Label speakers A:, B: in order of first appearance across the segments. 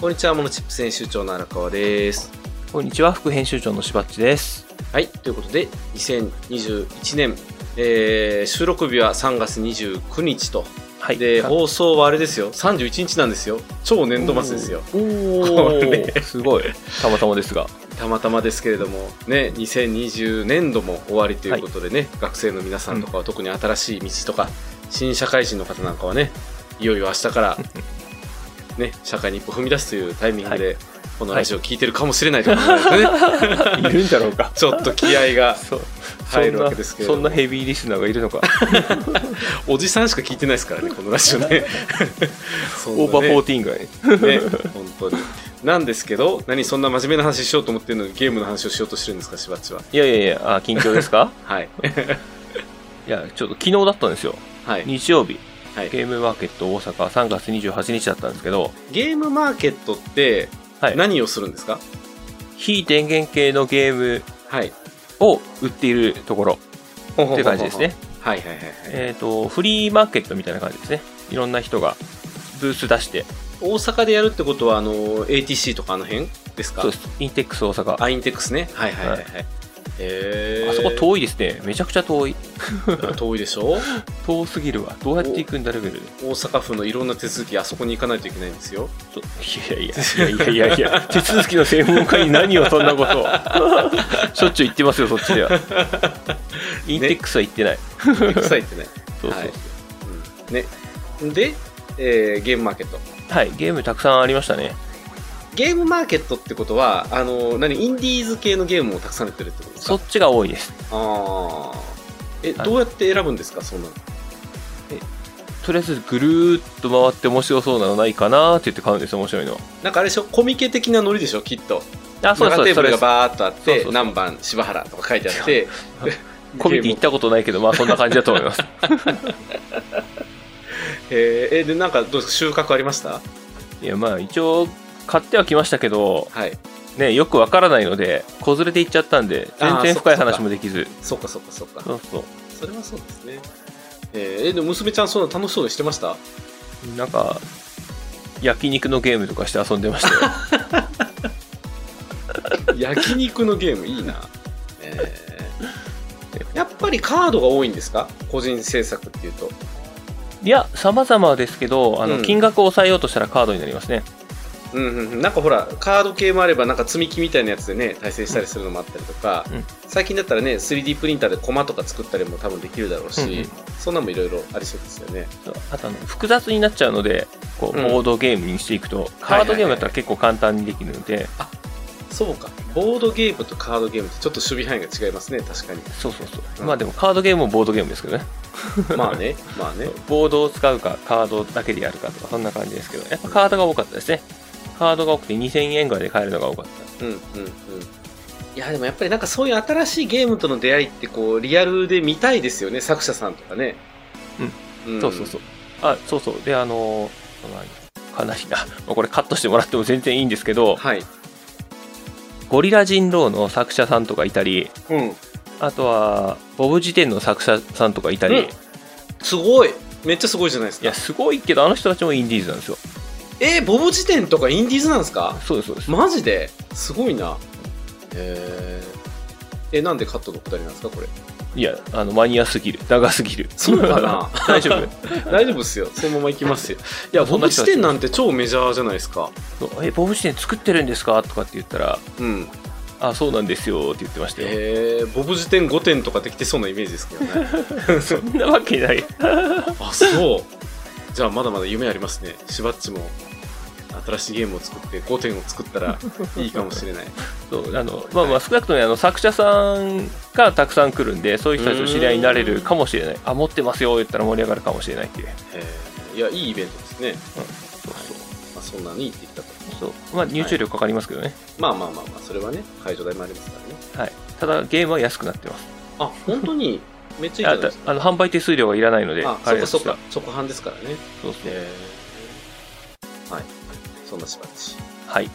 A: こんにちは、モノチップ編集長の荒川です。
B: こんにちは、副編集長のしばっちです。
A: はい、ということで、2021年、えー収録日は3月29日と。
B: はい。
A: で、
B: あ
A: 放送はあれですよ、31日なんですよ。超年度末ですよ。。
B: お
A: これ
B: ー、すごい。たまたまですが。
A: たまたまですけれども、ね、2020年度も終わりということでね、学生の皆さんとかは特に新しい道とか、新社会人の方なんかはね、いよいよ明日 から、ね、社会に一歩踏み出すというタイミングで、このラジオを聞いてるかもしれないということですね。
B: いるんだろうか。
A: ちょっと気合が
B: そう。
A: 入るわけですけれど
B: そ
A: も
B: んなヘビーリスナーがいるのか。
A: おじさんしか聞いてないですからねこのラジオねそんなね
B: オーバーフォーティーンがね。
A: ね本当になんですけど何そんな真面目な話しようと思ってるのにゲームの話をしようとしてるんですかしばっちはい
B: やいやいや、あ、近況で すか
A: はい
B: いや、ちょっと昨日だったんですよ。
A: はい、
B: 日曜日、
A: はい、
B: ゲームマーケット大阪3月28日だったんですけど、
A: ゲームマーケットって
B: はい。
A: 何をするんですか
B: 非電源系のゲーム
A: はい
B: を売っているところ
A: っ
B: っていう感じですね。
A: はいはいはいはい
B: えっ、と、フリーマーケットみたいな感じですね。いろんな人がブース出して、
A: 大阪でやるってことはあの ATC とかあの辺ですか
B: そうです。インテックス大阪。
A: アインテックスねはいはいはいはいへー
B: あそこ遠いですね。めちゃくちゃ遠い。
A: 遠いでしょ
B: 遠すぎるわ。どうやって行くんだレベルで。
A: 大阪府のいろんな手続きあそこに行かないといけないんです よ
B: そいやいやいやいやいやい や、手続きの専門家に何をそんなことを。しょっちゅう言ってますよ、そっちでは。インテックスは行ってない。
A: 臭いってね
B: そうそう。
A: は
B: はいい、
A: ね、で、えーゲームマーケット。
B: ゲームたくさんありましたね。
A: ゲームマーケットってことは、あの何、インディーズ系のゲームをたくさん売ってるってことです
B: そ
A: か
B: っちが多いです。
A: ああ。え、
B: はい
A: どうやって選ぶんですか、そんなの。
B: とりあえずぐるーっと回って面白そうなのないかなーって言って買うんですよ、面白いのは。
A: なんかあれでしょ、コミケ的なノリでしょ、きっと。
B: あ、そう
A: 長
B: そう、
A: テー
B: そ
A: ブルが
B: れです。
A: バーっとあっ
B: そうそう
A: て、
B: そう
A: 何番、柴原とか書いてあって、
B: コミュニティ行ったことないけど、まあそんな感じだと思います。
A: えーえで、なんか、どうですか、収穫ありました
B: いや、まあ一応、買ってはきましたけど、
A: はい。
B: ね、よくわからないので、子連れて行っちゃったんで、全
A: あー
B: 然
A: そっか
B: 深い
A: そっ
B: 話
A: か
B: もできず。
A: そっかそっかそっか。
B: そう
A: そ
B: そ
A: れはそうですね。えーえでも娘ちゃん、そんな楽しそうにしてま した
B: う。なんか、焼肉のゲームとかして遊んでました よ。
A: 焼肉のゲームいいな、えーやっぱりカードが多いんですか個人制作っていうと
B: いや、様々ですけど、あの、
A: うん
B: 金額を抑えようとしたらカードになりますね。
A: うんうんうんなんかほらカード系もあればなんか積み木みたいなやつでね対戦したりするのもあったりとか、
B: うん
A: 最近だったらね 3D プリンターでコマとか作ったりも多分できるだろうし、
B: うんうん
A: そんなんもいろいろありそうですよね
B: そうあとあの、複雑になっちゃうので、こう、
A: うん
B: ボードゲームにしていくと、カードゲームだったら結構簡単にできるので、
A: そうかボードゲームとカードゲームってちょっと守備範囲が違いますね確か に
B: そうそうそうう。
A: ん
B: まあでも、カードゲームもボードゲームですけどね。
A: まあねまあね
B: ボードを使うか、カードだけでやるかとか、そんな感じですけど、やっぱカードが多かったですね。カードが多くて2000円ぐらいで買えるのが多かった。
A: うんうんうんいやでもやっぱりなんかそういう新しいゲームとの出会いってこうリアルで見たいですよね作者さんとかねん
B: そうそうそう。あ、そうそう。で、あのー、まあ悲しいな。まあこれカットしてもらっても全然いいんですけど、
A: はい
B: ゴリラ人狼の作者さんとかいたり、
A: うん
B: あとは、ボブ辞典の作者さんとかいた
A: う
B: り、
A: ん
B: い
A: すごいめっちゃすごいじゃないですか
B: や、すごいけど、あの人たちもインディーズなんですよ。
A: えー、ボブ辞典とかインディーズなんですか
B: そうです、そうです。
A: マジですごいなえー、えなんでカットのくだりなんですか これ
B: いや、あの、マニアすぎる。長すぎる。
A: そうかな
B: 大丈夫
A: 大丈夫っすよそのままいきます よいやボブ辞典なんて超メジャーじゃないですか
B: そうえ、ボブ辞典作ってるんですかとかって言ったら、
A: うん
B: あ、そうなんですよって言ってましたよ。
A: えー、ボブ辞典5点とかできてそうなイメージですけどね
B: そんなわけない。
A: あそうじゃあまだまだ夢ありますねしばっちも新しいゲームを作って5点を作ったらいいかもし れない
B: そうあのまあまあ少なくともねあの作者さんがたくさん来るんでそういう人たちの知り合いになれるかもしれないあ持ってますよ言ったら盛り上がるかもしれないっていう
A: えーいやいいイベントですね、
B: そう
A: まあ、そんなに行ってきたと
B: そうそうまあ入場料かかりますけどね、
A: まあまあまあまあそれはね会場代もありますからね
B: はいただゲームは安くなってます
A: あ本当にめっちゃいいじゃないで
B: あた
A: すか
B: あの販売手数料がいらないので
A: あ
B: あれ
A: そ
B: で
A: っか
B: す
A: そっか
B: が
A: 直販ですからね
B: そうそう
A: えーはいそんなしばっち
B: はい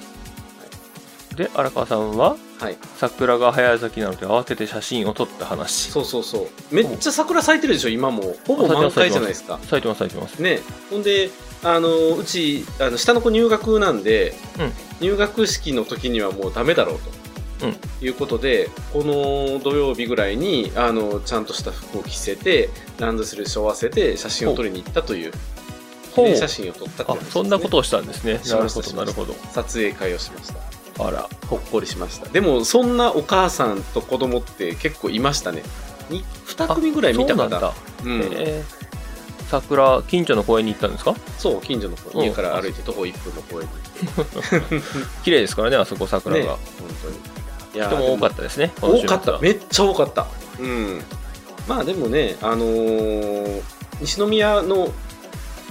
B: で荒川さんは
A: はい
B: 桜が早咲きなので慌てて写真を撮った話
A: そうそうそうめっちゃ桜咲いてるでしょ今もほぼ満開じゃないですか
B: 咲いてます咲いてます
A: ねほんであのうちあの下の子入学なんで、
B: うん
A: 入学式の時にはもうダメだろうと、
B: うん
A: いうことでこの土曜日ぐらいにあのちゃんとした服を着せてランドセル背負わせて写真を撮りに行ったという記
B: ほう
A: 念写真を撮ったってい
B: あ
A: う話ですね
B: そんなことをしたんですね
A: し
B: な
A: ま
B: る
A: し
B: ほ
A: た
B: どなるほど
A: 撮影会をしました
B: あら
A: ほっこりしましたでもそんなお母さんと子供って結構いましたね 2, 組ぐらい見た
B: そうな
A: 方
B: んだ、
A: うん
B: えー桜近所の公園に行ったんですか
A: そう近所の子
B: うん
A: 家から歩いて徒歩1分の公園に
B: 綺麗ですからねあそこ桜
A: ね
B: が、
A: 本当にいや
B: 人も多か
A: た
B: ったですねこの
A: 多
B: 週末
A: か
B: は
A: っためっちゃ多かったうんまあでもねあのー西宮の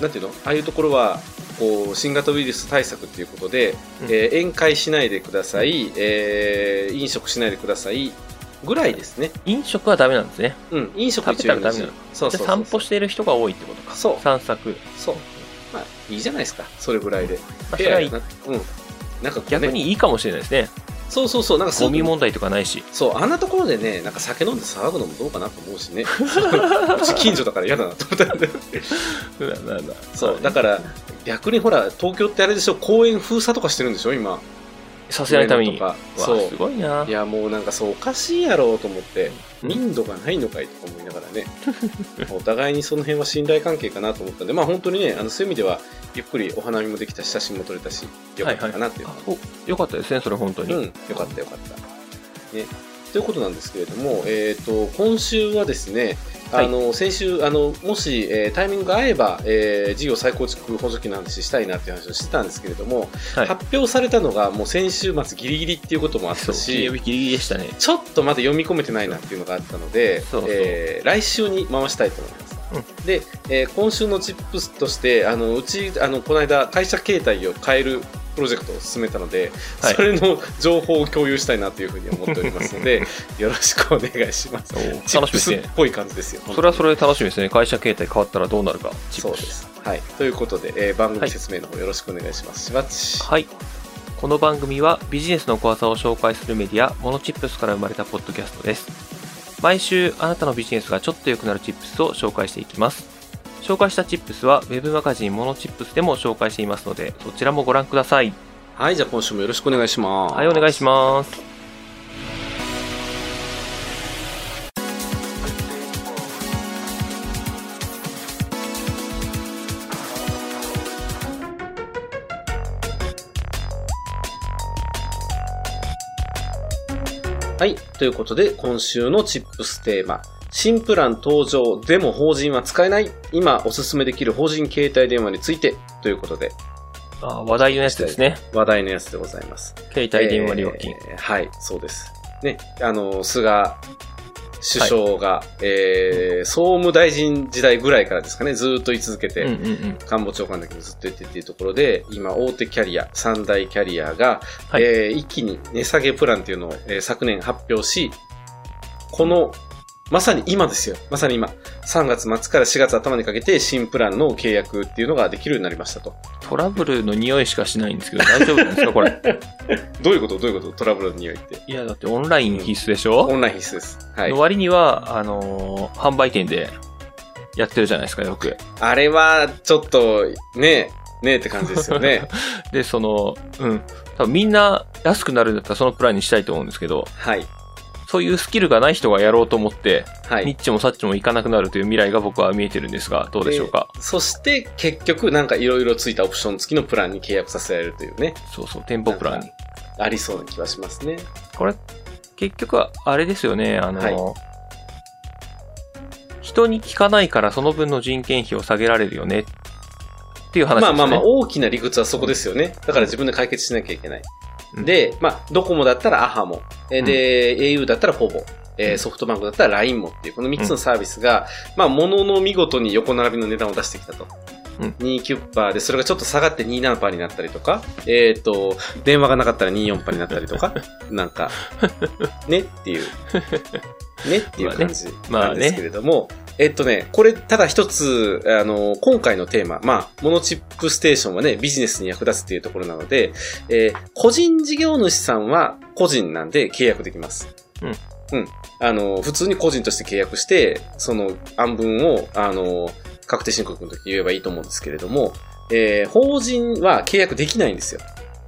A: なんていうのああいうところはこう新型ウイルス対策っていうことで、
B: うん
A: えー宴会しないでください、えー飲食しないでくださいぐらいですね
B: 飲食はダメなんですね
A: うん飲食
B: 食べたらダメなの
A: 自由そう
B: じ
A: そ
B: ゃ
A: うそう
B: あ散歩している人が多いってことか
A: そう
B: 散策、
A: そうまあいいじゃないですかそれぐらいで
B: まあそれはいい
A: フェアやなうんなんかこうね
B: 逆にいいかもしれないですね
A: そうそうそうなんかスー
B: ゴ
A: プ
B: ミ問題とかないし
A: そう、あんなところでね、なんか酒飲んで騒ぐのもどうかなと思うしね、 うち近所だから嫌だなと思ったんで、
B: うわなんだ
A: そう、だから逆にほら、東京ってあれでしょ、公園封鎖とかしてるんでしょ、今、
B: させないために
A: 上野とか
B: わ
A: そう
B: すごいない
A: や、もうなんかそう、おかしいやろうと思って、
B: うん
A: 民度がないのかいとか思いながらね、お互いにその辺は信頼関係かなと思ったんで、まあ本当にね、あのそういう意味では、ゆっくりお花見もできたし、写真も撮れたし、よかったかなっていう
B: あおよかったですねそれ本当に、
A: うん、よかったよかった。ね、ということなんですけれども、えー、と今週はですね、
B: はい
A: あの先週あの、もし、えータイミングが合えば、えー事業再構築補助金の話したいなっていう話をしてたんですけれども、
B: はい
A: 発表されたのがもう先週末ギリギリっていうこともあっ
B: そ
A: た
B: う金
A: し
B: 曜、日ギリギリでしたね
A: ちょっとまだ読み込めてないなっていうのがあったので、
B: そうそう
A: えー来週に回したいと思います。で、えー今週のチップスとして、あのうちあのこの間会社形態を変えるプロジェクトを進めたので、
B: はい
A: それの情報を共有したいなというふうに思っておりますの で、よろしくお願いします。
B: お楽し
A: チッ
B: みで
A: プ
B: す
A: スっ
B: ね
A: ぽい感じですよ。
B: それはそれで楽しみですね会社形態変わったらどうなるかチッ
A: そう
B: プ
A: で
B: ス
A: す。はい、ということで、えー番
B: は
A: 組
B: い
A: 説明の方よろしくお願いします。しばっち
B: はい。この番組はビジネスの小技を紹介するメディア、モノチップスから生まれたポッドキャストです。毎週、あなたのビジネスがちょっと良くなるチップスを紹介していきます。紹介したチップスは、ウェブマガジンモノチップスでも紹介していますので、そちらもご覧ください。
A: はい、じゃあ今週もよろしくお願いします。
B: はい、お願いします。
A: はい。ということで、今週のチップステーマ。新プラン登場、でも法人は使えない。今おすすめできる法人携帯電話について。ということで、
B: あ話題のやつですね。
A: 話題のやつでございます。
B: 携帯電話料金。
A: えーはい、そうです。ね、あの、菅首相が、えー総務大臣時代ぐらいからですかね、ずーっと言い続けて、
B: うんうんうん。
A: 官房長官だけどずっと言ってっていうところで、今、大手キャリア、三大キャリアが、
B: はい
A: えー一気に値下げプランっていうのを、えー昨年発表し、この、まさに今ですよ。まさに今。3月末から4月頭にかけて新プランの契約っていうのができるようになりましたと。
B: トラブルの匂いしかしないんですけど、大丈夫なんですか これ。
A: どういうことどういうことトラブルの匂いって。
B: いや、だってオンライン必須でしょ、
A: オンライン必須です。はい
B: の。割には、あのー販売店でやってるじゃないですか、よく。
A: あれは、ちょっと、ねえ、ねえって感じですよ ね。
B: で、その、うん。多分みんな安くなるんだったらそのプランにしたいと思うんですけど、
A: はい。
B: そういうスキルがない人がやろうと思って、
A: はい。
B: ニッチもサッチもいかなくなるという未来が僕は見えてるんですが、どうでしょうか。
A: そして、結局、なんかいろいろついたオプション付きのプランに契約させられるというね。
B: そうそう、店舗プラン
A: な
B: に
A: ん。ありそうな気はしますね。
B: これ、結局はあれですよね、あの、
A: はい
B: 人に聞かないからその分の人件費を下げられるよねっていう話です
A: まあ
B: ね。
A: まあまあ、大きな理屈はそこですよね。だから自分で解決しなきゃいけない。
B: うん
A: で、まあ、ドコモだったらアハモ、えーで、au だったらほぼ。え
B: う
A: ー
B: ん
A: ソフトバンクだったら LINE もっていう、この3つのサービスが、まあ、ものの見事に横並びの値段を出してきたと。
B: うん
A: 29%で、それがちょっと下がって27%になったりとか、えっ、と、電話がなかったら24%になったりと か、なんか、ねっていう、ねっていう感じ
B: ま
A: なん
B: あね
A: ですけれども、えっとね、これ、ただ一つ、あの、今回のテーマ、まあ、モノチップステーションはね、ビジネスに役立つっていうところなので、えー個人事業主さんは個人なんで契約できます。
B: うん。
A: うん。あの、普通に個人として契約して、その、案文を、あの、確定申告の時言えばいいと思うんですけれども、えー法人は契約できないんですよ。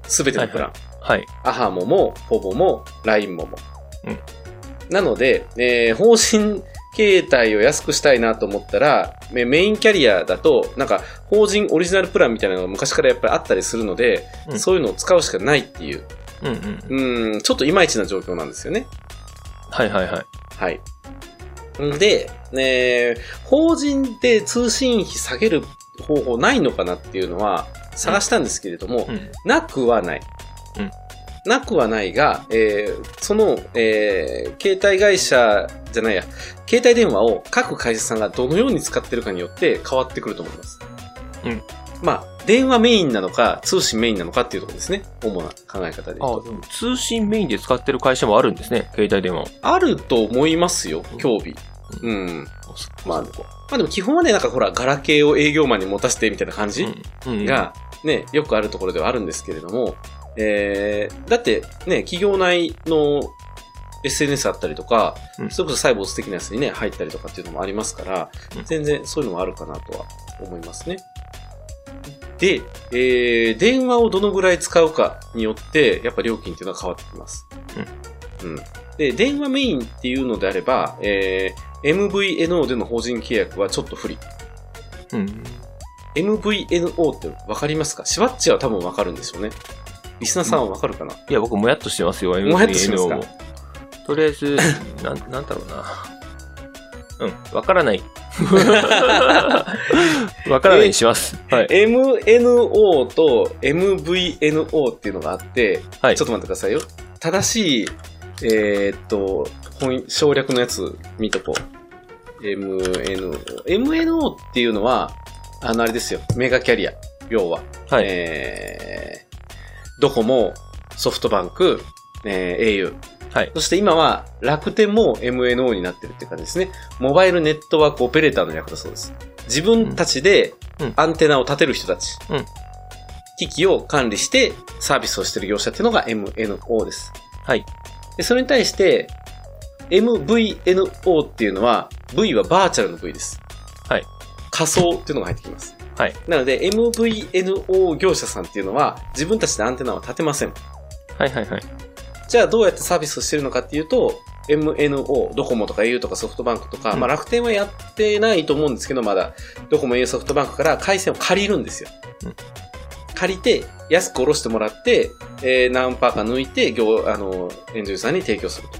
A: すべてのプラン。
B: はい。
A: アハモも、ポボも、ラインモも。
B: うん
A: なので、えー方針形態を安くしたいなと思ったら、メメインキャリアだと、なんか、法人オリジナルプランみたいなのが昔からやっぱりあったりするので、
B: うん
A: そういうのを使うしかないっていう、
B: うんうん。
A: うん、ちょっといまいちな状況なんですよね。
B: はいはいはい。
A: はい。で、えー法人で通信費下げる方法ないのかなっていうのは探したんですけれども、
B: うん。
A: なくはない。
B: うん
A: なくはないが、えーその、えー携帯会社じゃないや、携帯電話を各会社さんがどのように使ってるかによって変わってくると思います。
B: うん。
A: まあ、電話メインなのか、通信メインなのかっていうところですね。主な考え方で言う
B: あ
A: と。
B: でも通信メインで使ってる会社もあるんですね。携帯電話を。
A: あると思いますよ
B: うん、
A: 競技。うん。まあ
B: うん
A: まあでも基本はね、なんかほら、ガラケーを営業マンに持たせてみたいな感じ、
B: うんうん、
A: が、ね、よくあるところではあるんですけれども、えー、だってね、企業内の SNS あったりとか、
B: うん
A: それこそサイボーズ的なやつにね、入ったりとかっていうのもありますから
B: う、ん
A: 全然そういうのもあるかなとは思いますね。で、えー、電話をどのぐらい使うかによって、やっぱ料金っていうのは変わってきます。うん。で、電話メインっていうのであれば、えー、MVNO での法人契約はちょっと不利。
B: うん。
A: MVNO ってわかりますかシワッチは多分わかるんですよね。リスナーさんはわかるかな、
B: いや、僕もやっとしてますよ、
A: もやっとしてますか
B: MVNO も。とりあ えず、なん、なんだろうな。うん、わからない。 わからないにします。はい。
A: ?MNO と MVNO っていうのがあって、
B: はい
A: ちょっと待ってくださいよ。正しい、えーっと、本省略のやつ見とこう。MNO。MNO っていうのは、あの、あれですよ。メガキャリア。要は。
B: はい。
A: えードコモ、ソフトバンク、えー au。
B: はい
A: そして今は楽天も MNO になってるって感じですね。モバイルネットワークオペレーターの略だそうです。自分たちで
B: うん
A: アンテナを立てる人たち。
B: うん
A: 機器を管理してサービスをしてる業者っていうのが MNO です。
B: はい。
A: で、それに対して MVNO っていうのは V はバーチャルの V です。
B: はい。
A: 仮想っていうのが入ってきます。
B: はい。
A: なので MVNO 業者さんっていうのは自分たちでアンテナは立てません。
B: はいはいはい。
A: じゃあどうやってサービスをしてるのかっていうと、MNO、ドコモとか au とかソフトバンクとか、
B: うん
A: まあ楽天はやってないと思うんですけど、まだ、ドコモ au ソフトバンクから回線を借りるんですよ。
B: うん
A: 借りて、安く下ろしてもらって、えー、何パーか抜いて、業、あの、エンジンさんに提供すると。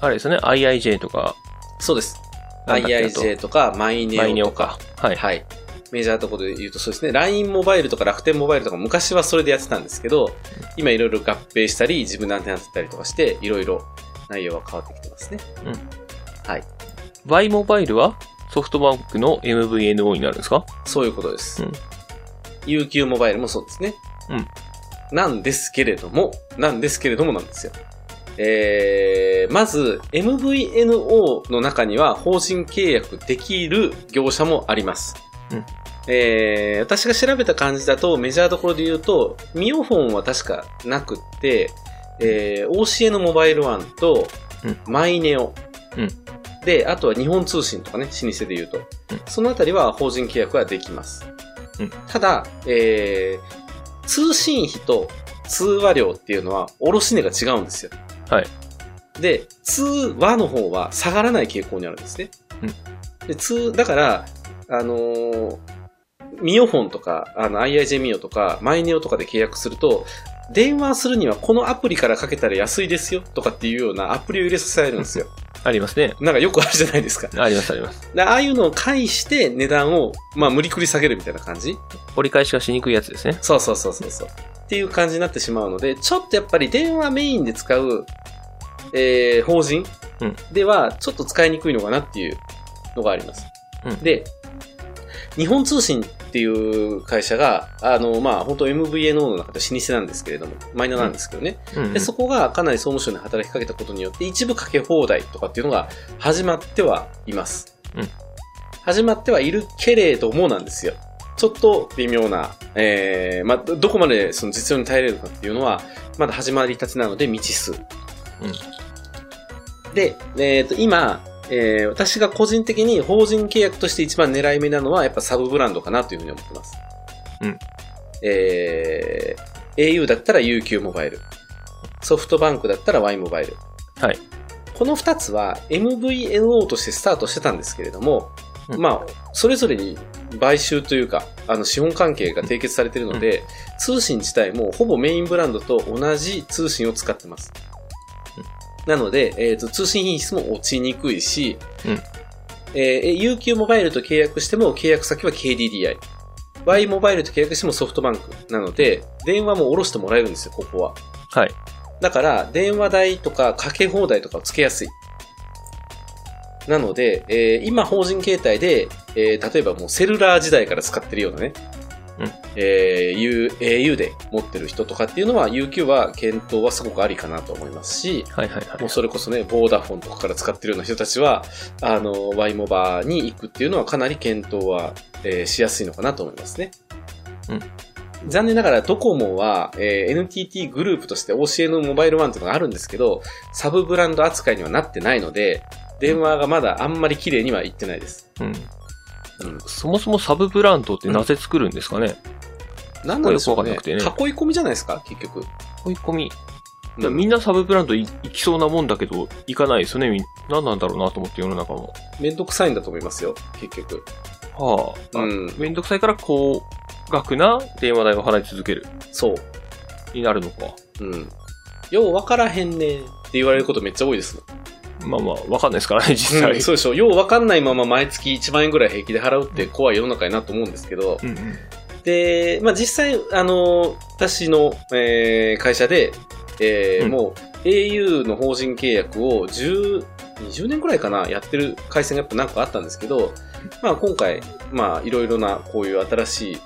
B: あれですよね、IIJ とか、
A: そうです。
B: なんだっけあと
A: IIJ とか、マイネ
B: マイネ
A: オ
B: オ
A: とか
B: か。。はい。
A: はい。メジャーところで言うとそうですね、LINE モバイルとか楽天モバイルとか昔はそれでやってたんですけど、今いろいろ合併したり、自分のアンテナ立てたりとかして、いろいろ内容は変わってきてますね。
B: Y モバイルはソフトバンクの MVNO になるんですか
A: そういうことです。
B: うん
A: UQ モバイルもそうですね。
B: うん
A: なんですけれども、なんですけれどもなんですよ。えー、まず、MVNO の中には法人契約できる業者もあります。
B: うん
A: えー、私が調べた感じだと、メジャーどころで言うと、ミオフォンは確かなくって、えー、OCN モバイルワンと
B: うん、
A: マイネオ、
B: うん
A: で、あとは日本通信とかね、老舗で言うと。そのあたりは法人契約はできます。
B: うん
A: ただ、えー、通信費と通話料っていうのは卸値が違うんですよ。
B: はい。
A: で、通話の方は下がらない傾向にあるんですね。で通、だから、あのーミオフォンとか、あの、IIJ ミオとか、マイネオとかで契約すると、電話するにはこのアプリからかけたら安いですよとかっていうようなアプリを入れさせられるんですよ。
B: ありますね。
A: なんかよくあるじゃないですか。
B: ありますあります。
A: でああいうのを介して値段を、まあ、無理くり下げるみたいな感じ
B: 折り返しがしにくいやつですね。
A: そうそうそうそうそう。っていう感じになってしまうので、ちょっとやっぱり電話メインで使う、えー、法人
B: うん
A: では、ちょっと使いにくいのかなっていうのがあります。
B: うん
A: で、日本通信っていう会社が、あの、まあ、本当 MVNO の中で老舗なんですけれども、マイナーなんですけどね。
B: うんうん、
A: で、そこがかなり総務省に働きかけたことによって、一部かけ放題とかっていうのが始まってはいます。
B: うん
A: 始まってはいるけれどもなんですよ。ちょっと微妙な、えー、まあ、どどこまでその実用に耐えれるかっていうのは、まだ始まりたてなので未知数。で、えっ、と、今、えー私が個人的に法人契約として一番狙い目なのは、やっぱサブブランドかなというふうに思ってます。
B: うん。
A: えー、au だったら UQ モバイル。ソフトバンクだったら Y モバイル。
B: はい。
A: この2つは MVNO としてスタートしてたんですけれども、
B: うん
A: まあ、それぞれに買収というか、あの、資本関係が締結されているので、通信自体もほぼメインブランドと同じ通信を使ってます。なので、えーと、通信品質も落ちにくいし、
B: うん
A: えー UQ モバイルと契約しても契約先は KDDI。Y モバイルと契約してもソフトバンクなので、電話も下ろしてもらえるんですよ、ここは。
B: はい。
A: だから、電話代とかかけ放題とかをつけやすい。なので、えー今法人携帯で、えー例えばもうセルラー時代から使ってるようなね、
B: うん
A: えー U- au で持ってる人とかっていうのは、UQ は検討はすごくありかなと思いますし、
B: はいはいは
A: もう
B: い。
A: それこそね、ボーダフォンとかから使ってるような人たちは、あの、ワイモバに行くっていうのはかなり検討は、えーしやすいのかなと思いますね。
B: うん
A: 残念ながらドコモは、えー NTT グループとして OCN モバイルワンというのがあるんですけど、サブブランド扱いにはなってないので、電話がまだあんまり綺麗にはいってないです。
B: うん。
A: うん。
B: そもそもサブブランドってなぜ作るんですかね、
A: なんなんでしょう
B: よ
A: ね
B: くわかんなくてね
A: 囲い込みじゃないですか、結局。
B: 追い込み。
A: う
B: み
A: ん
B: んなサブブランドい行きそうなもんだけど、行かないですよね。みん何なんだろうなと思って世の中も。
A: めんどくさいんだと思いますよ、結局。
B: はあ。
A: うん。
B: めんどくさいから高額な電話代を払い続ける。
A: そう。
B: になるのか。
A: うん。よう分からへんねんって言われることめっちゃ多いです。
B: まあまあ、わかんないですからね、実
A: う
B: 際
A: ん。 そうでしょ。よう分かんないまま毎月1万円ぐらい平気で払うって怖い世の中やなと思うんですけど。
B: うんうん。
A: で、まあ実際、あの、私の、えー会社で、えー
B: うん
A: もう au の法人契約を10、20年ぐらいかな、やってる回線がやっぱ何個あったんですけど、まあ今回、まあいろいろなこういう新しい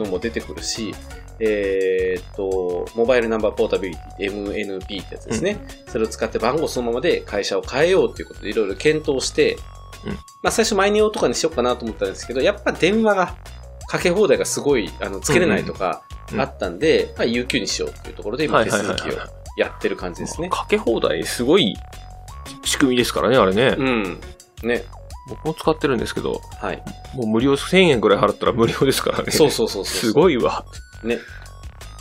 A: のも出てくるし、えーっと、モバイルナンバーポータビリティ、MNP ってやつですね。それを使って番号そのままで会社を変えようということでいろいろ検討して、
B: うん
A: まあ最初マイネオとかにしようかなと思ったんですけど、やっぱ電話が、かけ放題がすごい、あの、つけれないとか
B: うんうん
A: あったんで、まあ UQ にしようっていうところで今手続きを
B: は
A: やってる感じですね。
B: かけ放題、すごい仕組みですからね、あれね。
A: うん。ね。
B: 僕も使ってるんですけど、
A: はい。
B: もう無料、1000円ぐらい払ったら無料ですからね。
A: そうそうそうそう。
B: すごいわ。
A: ね。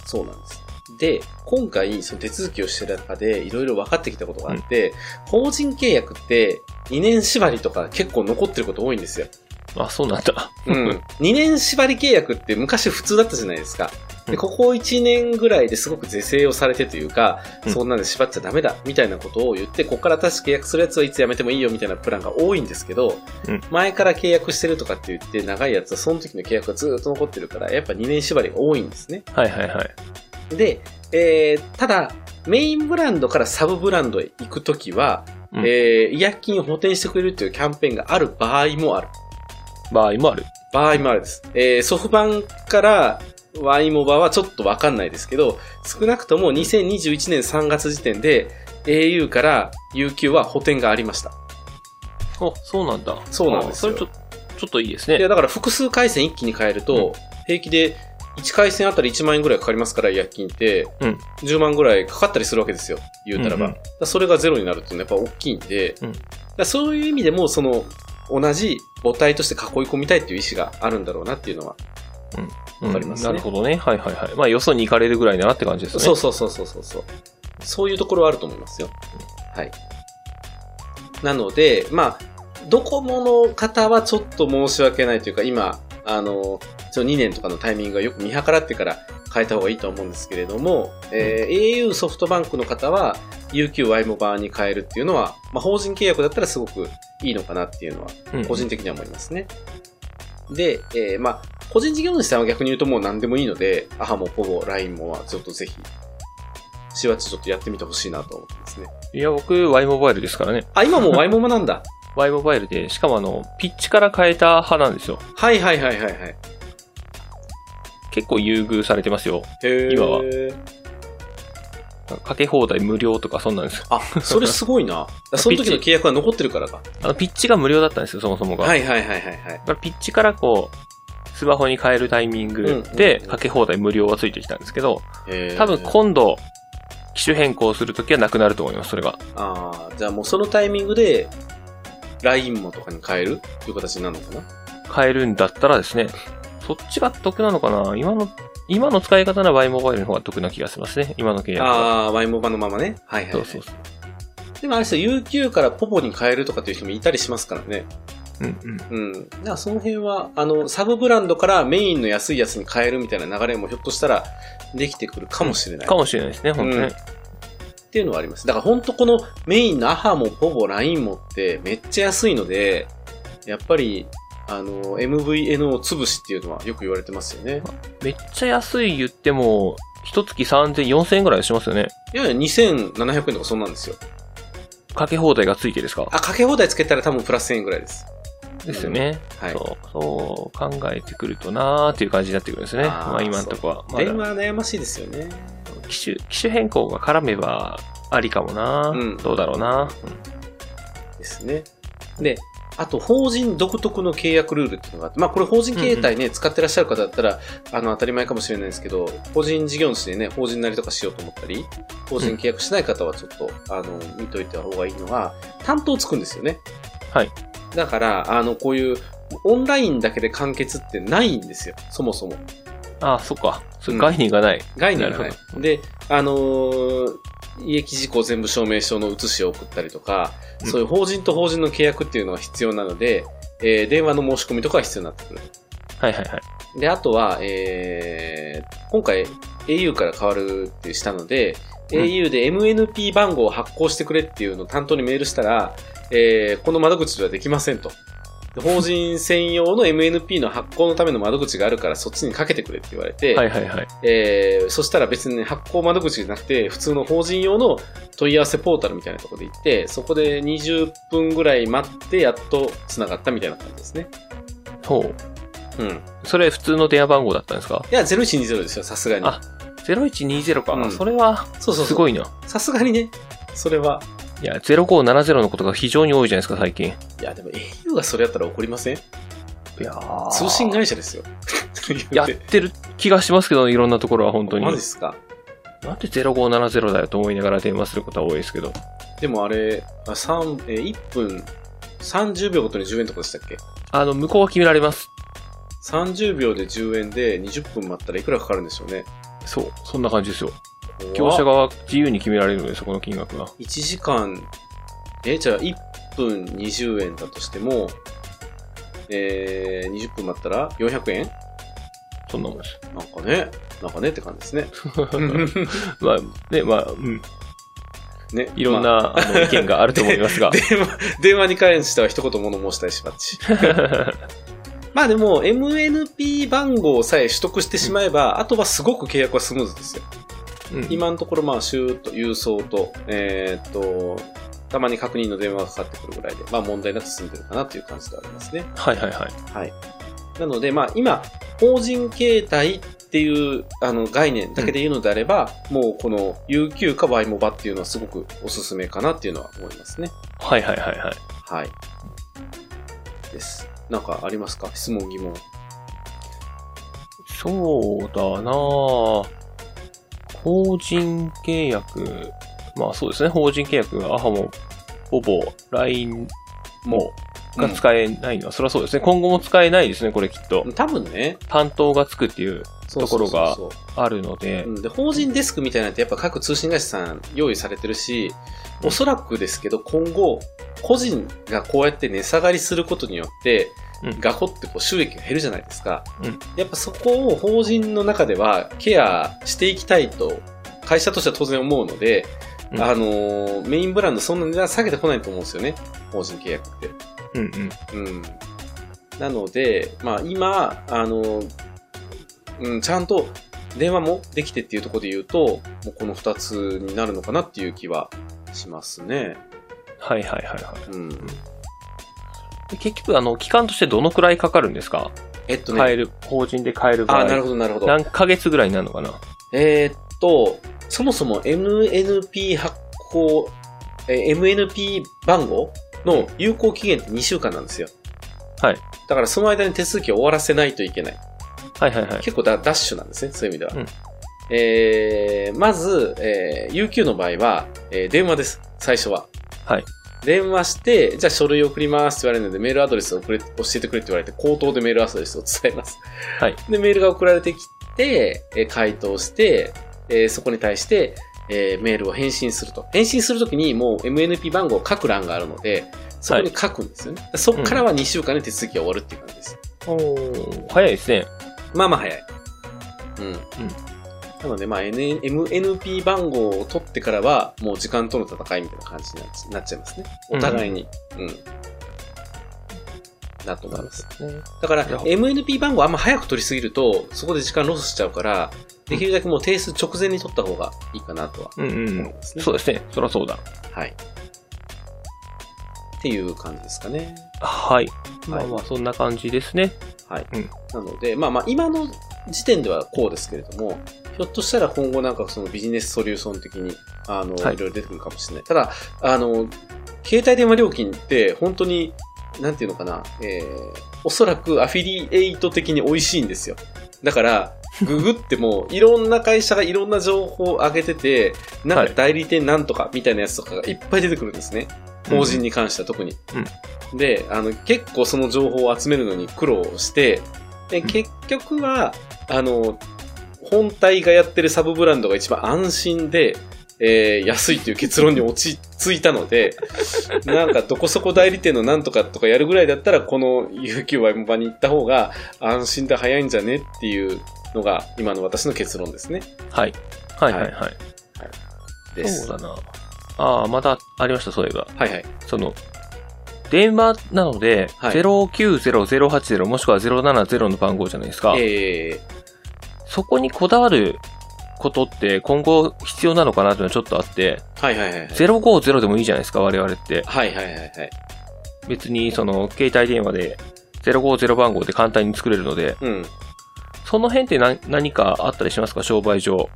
A: そうなんです。で、今回、その手続きをしてる中で、いろいろ分かってきたことがあって、法人契約って、2年縛りとか結構残ってること多いんですよ。
B: あ、そうなんだ。
A: うん。2年縛り契約って昔普通だったじゃないですか。
B: う
A: で、
B: ん
A: ここ1年ぐらいですごく是正をされてというか、
B: うん
A: そんなんで縛っちゃダメだ、みたいなことを言って、ここから私契約するやつはいつやめてもいいよみたいなプランが多いんですけど、
B: うん
A: 前から契約してるとかって言って、長いやつはその時の契約がずっと残ってるから、やっぱ2年縛りが多いんですね。
B: はいはいはい。
A: で、えーただ、メインブランドからサブブランドへ行くときは、
B: うん
A: えー違約金を補填してくれるというキャンペーンがある場合もある。
B: 場合もある。
A: 場合もあるです。えーソフバンからワイモバはちょっとわかんないですけど、少なくとも2021年3月時点で au から UQ は補填がありました。
B: あ、そうなんだ。
A: そうなんですよ
B: あそれちょちょっといいです
A: いや、
B: ね。
A: だから複数回線一気に変えると、平気で1回線あたり1万円ぐらいかかりますから、薬金って、
B: うん
A: 10万ぐらいかかったりするわけですよ、言うたらば。
B: うんうん
A: だからそれがゼロになるっていうのはやっぱ大きいんで、
B: うん
A: だからそういう意味でも、その、同じ母体として囲い込みたいっていう意思があるんだろうなっていうのは。わかりますね
B: うんなるほどね。はいはいはい。まあ、よそに行かれるぐらいならって感じですね。
A: そうそうそうそうそうそう。そういうところはあると思いますよ。はい。なので、まあ、ドコモの方はちょっと申し訳ないというか、今、あの、ちょ2年とかのタイミングはよく見計らってから変えた方がいいと思うんですけれども、えー au ソフトバンクの方は UQY モバーに変えるっていうのは、まあ、法人契約だったらすごくいいのかなっていうのは
B: うん
A: 個人的には思いますね。で、えーまあ、個人事業主さんは逆に言うともう何でもいいので、アハもポボ、ラインもはちょっとぜひ、シワッチちょっとやってみてほしいなと思ってますね。
B: いや、僕、Y モバイルですからね。
A: あ、今もうワイモマなんだ。
B: Y モバイルで、しかもあの、ピッチから変えた派なんですよ。
A: はいはいはいはいはい。
B: 結構優遇されてますよ。
A: へー
B: 今は。なんかかけ放題無料とかそんなんですよ。
A: あ、それすごいな。 その時の契約は残ってるからか。
B: あの、ピッチが無料だったんですよ、そもそもが。
A: はいはいはいはいはい。
B: だからピッチからこう、スマホに変えるタイミング
A: うんうん
B: で
A: うん
B: かけ放題無料はついてきたんですけど、
A: えー
B: 多分今度、機種変更するときはなくなると思います、それが。
A: ああ、じゃあもうそのタイミングで、LINE もとかに変えるっていう形になるのかな
B: 変えるんだったらですね、そっちが得なのかな今の、今の使い方なら Y モバイルの方が得な気がしますね、今の契約は。
A: ああ、ワイモバのままね。はいはい、は
B: そ。
A: いう
B: そうそう。
A: でもあれですよ、UQ からポポに変えるとかっていう人もいたりしますからね。
B: うんうん。
A: うん。だからその辺は、あの、サブブランドからメインの安いやつに変えるみたいな流れもひょっとしたらできてくるかもしれない。
B: かもしれないですね、本当
A: う
B: ね
A: ん。っていうのはあります。だから本当このメインのアハもポボ、ラインもってめっちゃ安いので、やっぱり、あの、MVN を潰しっていうのはよく言われてますよね。
B: めっちゃ安い言っても、一月3000、4000円ぐらいしますよね。
A: いやいや、2700円とかそんなんですよ。
B: かけ放題がついてですか
A: あ、かけ放題つけたら多分プラス1000円ぐらいです。
B: ですよね。
A: はい。
B: そう、そう考えてくるとなーっていう感じになってくるんですね。
A: あー
B: まあ今のとこは。ま
A: 電
B: だ
A: 話悩ましいですよね。
B: 機種、機種変更が絡めばありかもな、
A: うん
B: どうだろうな、
A: ですね。で、あと、法人独特の契約ルールっていうのがあって、まあ、これ法人形態ね、使ってらっしゃる方だったら、あの、当たり前かもしれないですけど、法人事業主でね、法人なりとかしようと思ったり、法人契約しない方はちょっと、あの、見といた方がいいのが、担当つくんですよね。
B: はい。
A: だから、あの、こういう、オンラインだけで完結ってないんですよ、そもそも。
B: ああ、そっか。そううん概念がない。
A: 概念が
B: な
A: な
B: る
A: い
B: ほ。ど
A: で、あのー、利益事項全部証明書の写しを送ったりとか、
B: うん
A: そういう法人と法人の契約っていうのが必要なので、えー電話の申し込みとかが必要になってくる。
B: はいはいはい。
A: で、あとは、えー今回 au から変わるってしたので、
B: うん
A: au で MNP 番号を発行してくれっていうのを担当にメールしたら、えーこの窓口ではできませんと。で法人専用の MNP の発行のための窓口があるからそっちにかけてくれって言われて、
B: はいはいはい。
A: えーそしたら別にね発行窓口じゃなくて、普通の法人用の問い合わせポータルみたいなところで行って、そこで20分ぐらい待って、やっと繋がったみたいな感じですね。
B: ほう。
A: うん。い
B: それ普通の電話番号だったんですか
A: や、0120ですよ、さすがに。
B: あ0120か、
A: うん
B: それは
A: そうそうそう
B: すごいな。
A: さすがにね、それは。
B: いや、0570のことが非常に多いじゃないですか、最近。
A: いや、でも au がそれやったら怒りません
B: いやー
A: 通信会社ですよ。
B: やってる気がしますけど、いろんなところは本当に。
A: マ
B: なん
A: ジっ
B: です
A: か。
B: 0570だよと思いながら電話することは多いですけど。
A: でもあれ、あ三えー1分30秒ごとに10円とかでしたっけ
B: あの、向こうは決められます。
A: ?30 秒で10円で20分待ったらいくらかかるんでしょうね。
B: そう、そんな感じですよ。業者側自由に決められるので、そこの金額が。
A: 1時間、え、じゃあ1分20円だとしても、えー、20分待ったら400円
B: そんなもんです。
A: なんかね、なんかねって感じですね。
B: まあ、ね、まあ、うん。
A: ね、
B: いろん
A: まあ
B: な、あの意見があると思い ますが。
A: 電話、電話に関しては一言物申したいしばっ ち。まあでも、MNP 番号さえ取得してしまえば、あとはすごく契約はスムーズですよ。
B: うん、
A: 今のところ、まあ、シュート、郵送と、えーっと、たまに確認の電話がかかってくるぐらいで、まあ問題なく進んでるかなという感じではありますね。
B: はいはいはい。
A: はい。なので、まあ、今、法人形態っていうあの概念だけで言うのであれば、もうこの UQ か Y モバっていうのはすごくおすすめかなっていうのは思いますね。
B: はいはいはいはい。
A: はい。です。なんかありますか質問疑問。
B: そうだなあ法人契約。まあそうですね。法人契約がアハも、ほぼ、LINE も、が使えないのは、そりゃそうですね。今後も使えないですね、これきっと。
A: 多分ね、
B: 担当がつくっていう、
A: そうそうそうそう
B: とこあるので
A: う。んで、法人デスクみたいなのってやっぱ各通信会社さん用意されてるし、おそらくですけど今後、個人がこうやって値下がりすることによって
B: うん、
A: ガコってこう収益が減るじゃないですか。
B: うん
A: やっぱそこを法人の中ではケアしていきたいと、会社としては当然思うので、
B: うん
A: あのーメインブランドそんな値段下げてこないと思うんですよね。法人契約って。
B: うんうん。
A: うん。なので、まあ今、あの、うん、ちゃんと電話もできてっていうところで言うと、もうこの2つになるのかなっていう気はしますね。
B: はいはいはいは
A: うん。
B: い。で結局、あの、期間としてどのくらいかかるんですか
A: えっと
B: 変え
A: ね、
B: る、法人で変える場合。
A: あ、なるほど、なるほど。
B: 何ヶ月ぐらいになるのかな
A: えーっと、そもそも MNP 発行、えー MNP 番号の有効期限って2週間なんですよ。
B: はい。
A: だからその間に手続きを終わらせないといけない。
B: はいはいはい。
A: 結構だダッシュなんですね、そういう意味では。
B: うん
A: えーまず、えー UQ の場合は、えー電話です、最初は。
B: はい
A: 電話して、じゃあ書類送りますって言われるので、メールアドレスを送れ教えてくれって言われて、口頭でメールアドレスを伝えます。
B: はい
A: で、メールが送られてきて、えー回答して、えーそこに対して、えーメールを返信すると。返信するときにもう MNP 番号を書く欄があるので、そこに書くんですよね。そこからは2週間で手続きが終わるっていう感じです。
B: 早いですね。
A: まあまあ早い。うん。なので、まあ、NN MNP 番号を取ってからは、もう時間との戦いみたいな感じになっちなっちゃいますね。お互いに。うん。だと思います。だから、
B: なるほ
A: MNP 番号あんま早く取りすぎると、そこで時間ロスしちゃうから、できるだけもう定数直前に取った方がいいかなとは
B: うんう
A: 思い
B: ん。
A: ますね。
B: そうですね。そりゃそうだ。
A: はい。っていう感じですかね。
B: はい。ま
A: は
B: あ
A: い
B: まあ、そんな感じですね。
A: はい。
B: うん
A: なので、まあまあ、今の時点ではこうですけれども、ひょっとしたら今後なんかそのビジネスソリューション的に、あの、
B: はい
A: い、ろいろ出てくるかもしれない。ただ、あの、携帯電話料金って本当に、なんていうのかな、えー、おそらくアフィリエイト的に美味しいんですよ。だ から、ググっても、いろんな会社がいろんな情報を上げてて、なんか代理店なんとかみたいなやつとかがいっぱい出てくるんですね。法人に関しては特に。で、あの、結構その情報を集めるのに苦労して、で、
B: うん
A: 結局は、あの、本体がやってるサブブランドが一番安心で、えー安いという結論に落ち着いたので、 なんかどこそこ代理店のなんとかとかやるぐらいだったら、この UQ ワイモバに行った方が安心で早いんじゃねっていうのが今の私の結論ですね。
B: はい。はいはいはい。
A: です。
B: そうだな。ああ、またありました、そういえば。
A: はいはい。
B: その、電話なので、
A: はい
B: 090080もしくは070の番号じゃないですか。
A: え
B: そこにこだわることって今後必要なのかなというのはちょっとあって、
A: ー、はいはいはいはい。
B: 050でもいいじゃないですか、我々って。
A: はいはいはいはい。
B: 別にその携帯電話で050番号で簡単に作れるので、
A: うん。
B: その辺って何何かあったりしますか商売上。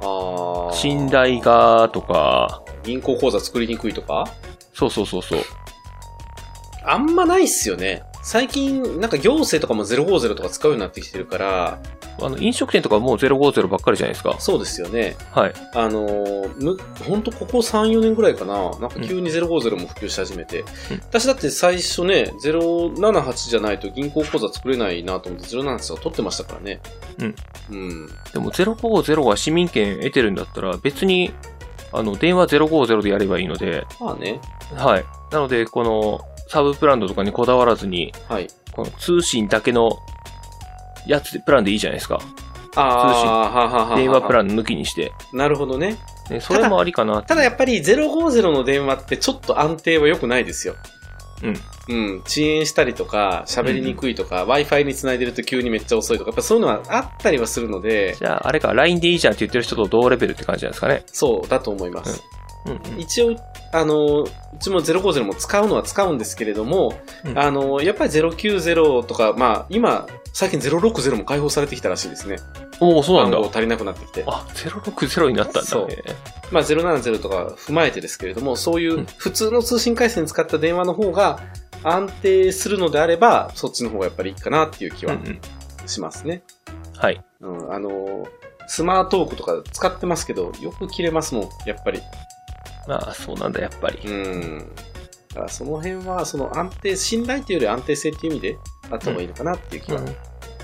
A: ああ。
B: 信頼がとか、
A: 銀行口座作りにくいとか
B: そうそうそうそう。
A: あんまないっすよね。最近、なんか行政とかも050とか使うようになってきてるから、
B: あの、飲食店とかはもう050ばっかりじゃないですか。
A: そうですよね。
B: はい。
A: あのー、む、ほんとここ3、4年ぐらいかな。なんか急に050も普及し始めて。
B: うん
A: 私だって最初ね、078じゃないと銀行口座作れないなと思って078とか取ってましたからね。
B: うん。
A: うん。
B: でも050は市民権得てるんだったら別に、あの、電話050でやればいいので、
A: まあね。
B: はい。なので、この、サブプランドとかにこだわらずに、
A: はい。
B: この通信だけの、やつで、プランでいいじゃないですか。
A: あーはあ、はあはあはあ
B: 電話プラン抜きにして。
A: なるほどね。
B: ね、それもありかなって
A: ただやっぱり050の電話ってちょっと安定は良くないですよ。うん。うん。遅延したりとか、喋りにくいとか、Wi-Fi に繋いでると急にめっちゃ遅いとか、やっぱそういうのはあったりはするので、
B: じゃあ、あれか、LINE でいいじゃんって言ってる人と同レベルって感じなんですかね。
A: そうだと思います。
B: うん、うん。
A: 一応、あの、うちも050も使うのは使うんですけれども、
B: うん
A: あの、やっぱり090とか、まあ、今、最近060も開放されてきたらしいですね。
B: おお、そうなんだ
A: 番号。足りなくなってきて。
B: あ、060になったんだ
A: そう
B: ね。
A: まあ、070とか踏まえてですけれども、そうい
B: うん
A: う普通の通信回線使った電話の方が安定するのであれば、そっちの方がやっぱりいいかなっていう気
B: うんう
A: は
B: ん。
A: しますね。
B: はい。
A: うん、あのースマートウォークとか使ってますけど、よく切れますもん、やっぱり。
B: まあ、そうなんだ、やっぱり。
A: うん。だからその辺は、その安定、信頼というより安定性っていう意味であった方がいいのかなっていう気
B: う
A: は
B: ん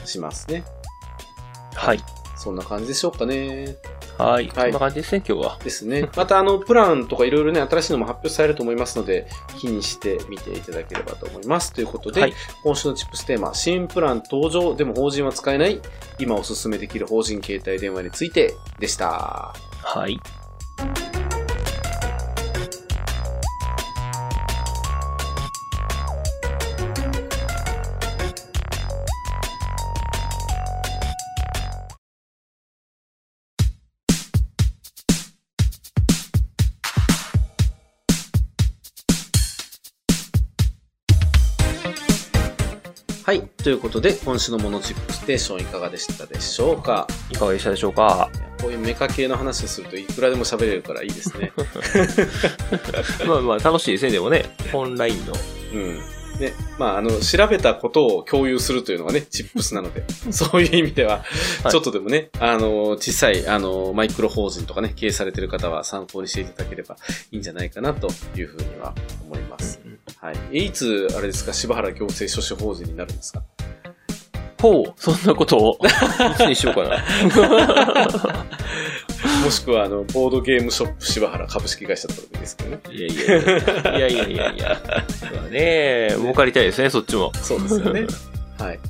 A: しますね。
B: はい。
A: そんな感じでしょうかね。
B: はい。そんな感じですね、今日は。
A: ですね。またあの、プランとかいろいろね、新しいのも発表されると思いますので、気にして見ていただければと思います。ということで、
B: はい
A: 今週のチップステーマ、新プラン登場、でも法人は使えない、今おすすめできる法人携帯電話についてでした。
B: はい。
A: はい。ということで、今週のモノチップステーションいかがでしたでしょうか
B: いかがでしたでしょうか
A: いやこういうメカ系の話するといくらでも喋れるからいいですね。
B: まあまあ楽しいですね、でもね。オンラインの。
A: うん。ね、まあ、あの、調べたことを共有するというのがね、チップスなの で、そういう意味では、
B: はい
A: ちょっとでもね、あの、小さい、あの、マイクロ法人とかね、経営されてる方は参考にしていただければいいんじゃないかなというふうには思います。はい。えいつ、あれですか、柴原行政書士法人になるんですか
B: ほう、そんなことを。いつにしようかな。
A: もしくは、あの、ボードゲームショップ柴原株式会社とかでもいいですけどね。
B: いやいやいやいやいやいやいや。まあね、儲かりたいですね、そっちも。
A: そうですよね。 はい。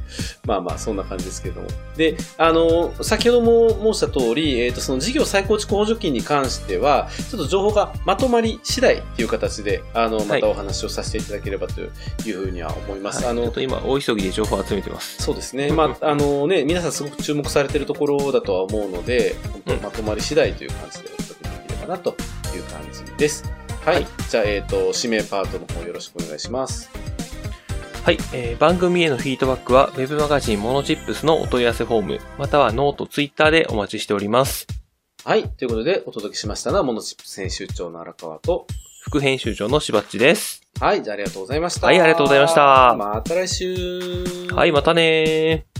A: まあまあ、そんな感じですけども。で、あの、先ほども申した通り、えっ、と、その事業再構築補助金に関しては、ちょっと情報がまとまり次第っていう形で、あの、ま
B: はい
A: たお話をさせていただければという,、ふうには思います。
B: はい
A: あ
B: ちょっ
A: の、
B: と今、大急ぎで情報を集めてます。
A: そうですね。まあ、あのね、皆さんすごく注目されてるところだとは思うので、本当
B: うん
A: まとまり次第という感じでお届けできればなという感じです。はい。
B: はい
A: じゃあ、えっ、と、指名パートの方よろしくお願いします。
B: はい、えー番組へのフィードバックは、ウェブマガジンモノチップスのお問い合わせフォーム、またはノート、ツイッターでお待ちしております。
A: はい。ということで、お届けしましたのは、モノチップ編集長の荒川と、
B: 副編集長のしばっちです。
A: はい、じゃあありがとうございました。
B: はいありがとうございました
A: また来週。
B: はい、またねー。